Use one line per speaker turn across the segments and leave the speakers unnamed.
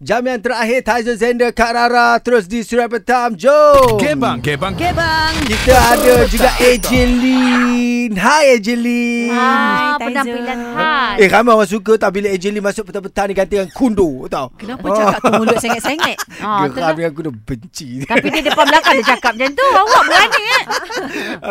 Jam yang terakhir Tyson Zender Kak Rara terus di Surat Petam. Jom.
Gebang, gebang.
Okay bang
Kita ada juga Ejelin. Hai Ejelin.
Ah,
Hai, Taizo.
penampilan khas
Eh ramai orang suka tak bila Ejelin masuk petang-petang ni ganti dengan kundo tau.
Kenapa cakap tu mulut sengit-sengit?
Ah, tu
ya.
Geram
lah.
dengan kundo benci.
Tapi dia depan belakang dia cakap macam tu Awak berani eh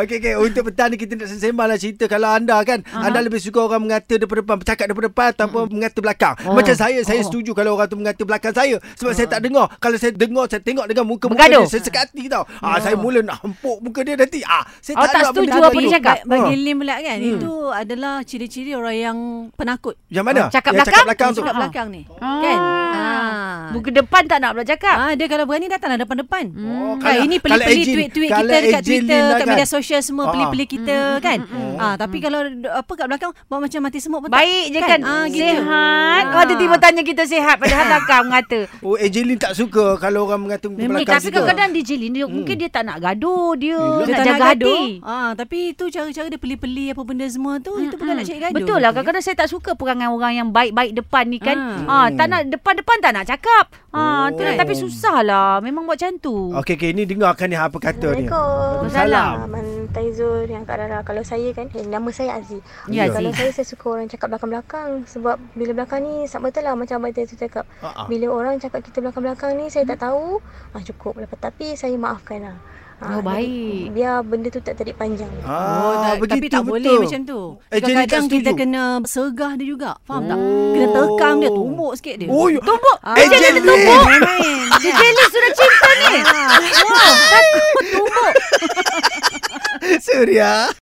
Okey okey untuk petang ni kita nak sembang lah cerita kalau anda kan uh-huh. anda lebih suka orang mengata depan depan bercakap depan depan tanpa mengata belakang.
Oh.
Macam saya saya setuju kalau orang tu mengata belakang saya sebab saya tak dengar. Kalau saya dengar saya tengok dengan muka muka
Bergaduh.
dia saya sekat hati tau.
Oh.
Ah saya mula nak hempuk muka dia nanti. Ah saya
Awak tak
nak benda
setuju
tu.
apa dia cakap?
Ba-
Bagi
Ha.
Lim pula kan hmm. Itu adalah ciri-ciri orang yang penakut
Yang mana?
Cakap
Yang
belakang?
Cakap belakang tu.
Ah.
Cakap Oh, belakang ni
Ah.
Kan?
Muka Ah. depan tak nak pula cakap
Ah, dia kalau berani datanglah depan-depan.
Hmm.
Oh,
Kan
kalau-
ini
kalau
peli-peli
Ejin-
tweet-tweet
kalau
kita dekat
Ejin
Twitter,
Lina
kat
kan.
media sosial semua
Ah.
peli-peli
Hmm,
kita kan.
mm,
Ah, tapi kalau d- apa kat belakang buat macam mati semut pun tak.
Baik je kan,
Ah, gitu.
Sihat
Ah.
Awak tiba-tiba tanya kita sihat Padahal takkan mengata
Oh Ejelin tak suka kalau orang mengata muka
Memang
Eh,
belakang.
tapi
kita.
kadang-kadang dia jelin dia, Mungkin dia tak nak gaduh Dia,
Yelah.
Dia
nak
tak
jaga
nak
hati Hmm,
gaduh. Ah, tapi itu cara-cara dia peli-peli apa benda semua tu, itu bukan nak cari gaduh.
Betul lah kadang-kadang saya tak suka perangai orang yang baik-baik depan ni kan.
Ah.
Ah, tak nak depan-depan tak nak cakap. Ah, tu lah
Oh.
tapi susah lah memang buat macam tu.
Okey okey ni dengarkan ni apa kata ni.
Assalamualaikum.
Waalaikumsalam.
Abang Taizul yang Kak Rara. Kalau saya kan, eh, nama saya Aziz.
Ya.
Ya,
Kalau
Aziz.
saya, saya suka orang cakap belakang-belakang. Sebab bila belakang ni, sama betul lah macam Abang Taizul cakap.
Ha, ha.
Bila orang cakap kita belakang-belakang ni, saya
Hmm.
tak tahu. Ah, cukup lah. Tapi saya maafkan lah.
Oh, baik.
Biar benda tu tak tarik panjang.
Oh,
Ah,
tak, tapi
begitu betul.
tak boleh macam tu.
Eh, Jenny tak
Kadang-kadang kita
setuju.
kena segah dia juga. Faham tak?
Oh.
Kena tekam dia, tumbuk sikit dia.
Oh, yo-
Tumbuk.
Ah.
Eh, Jenny tumbuk.
Main-main.
Dia jelin sudah cinta ni. Wah, takut tumbuk.
Suria.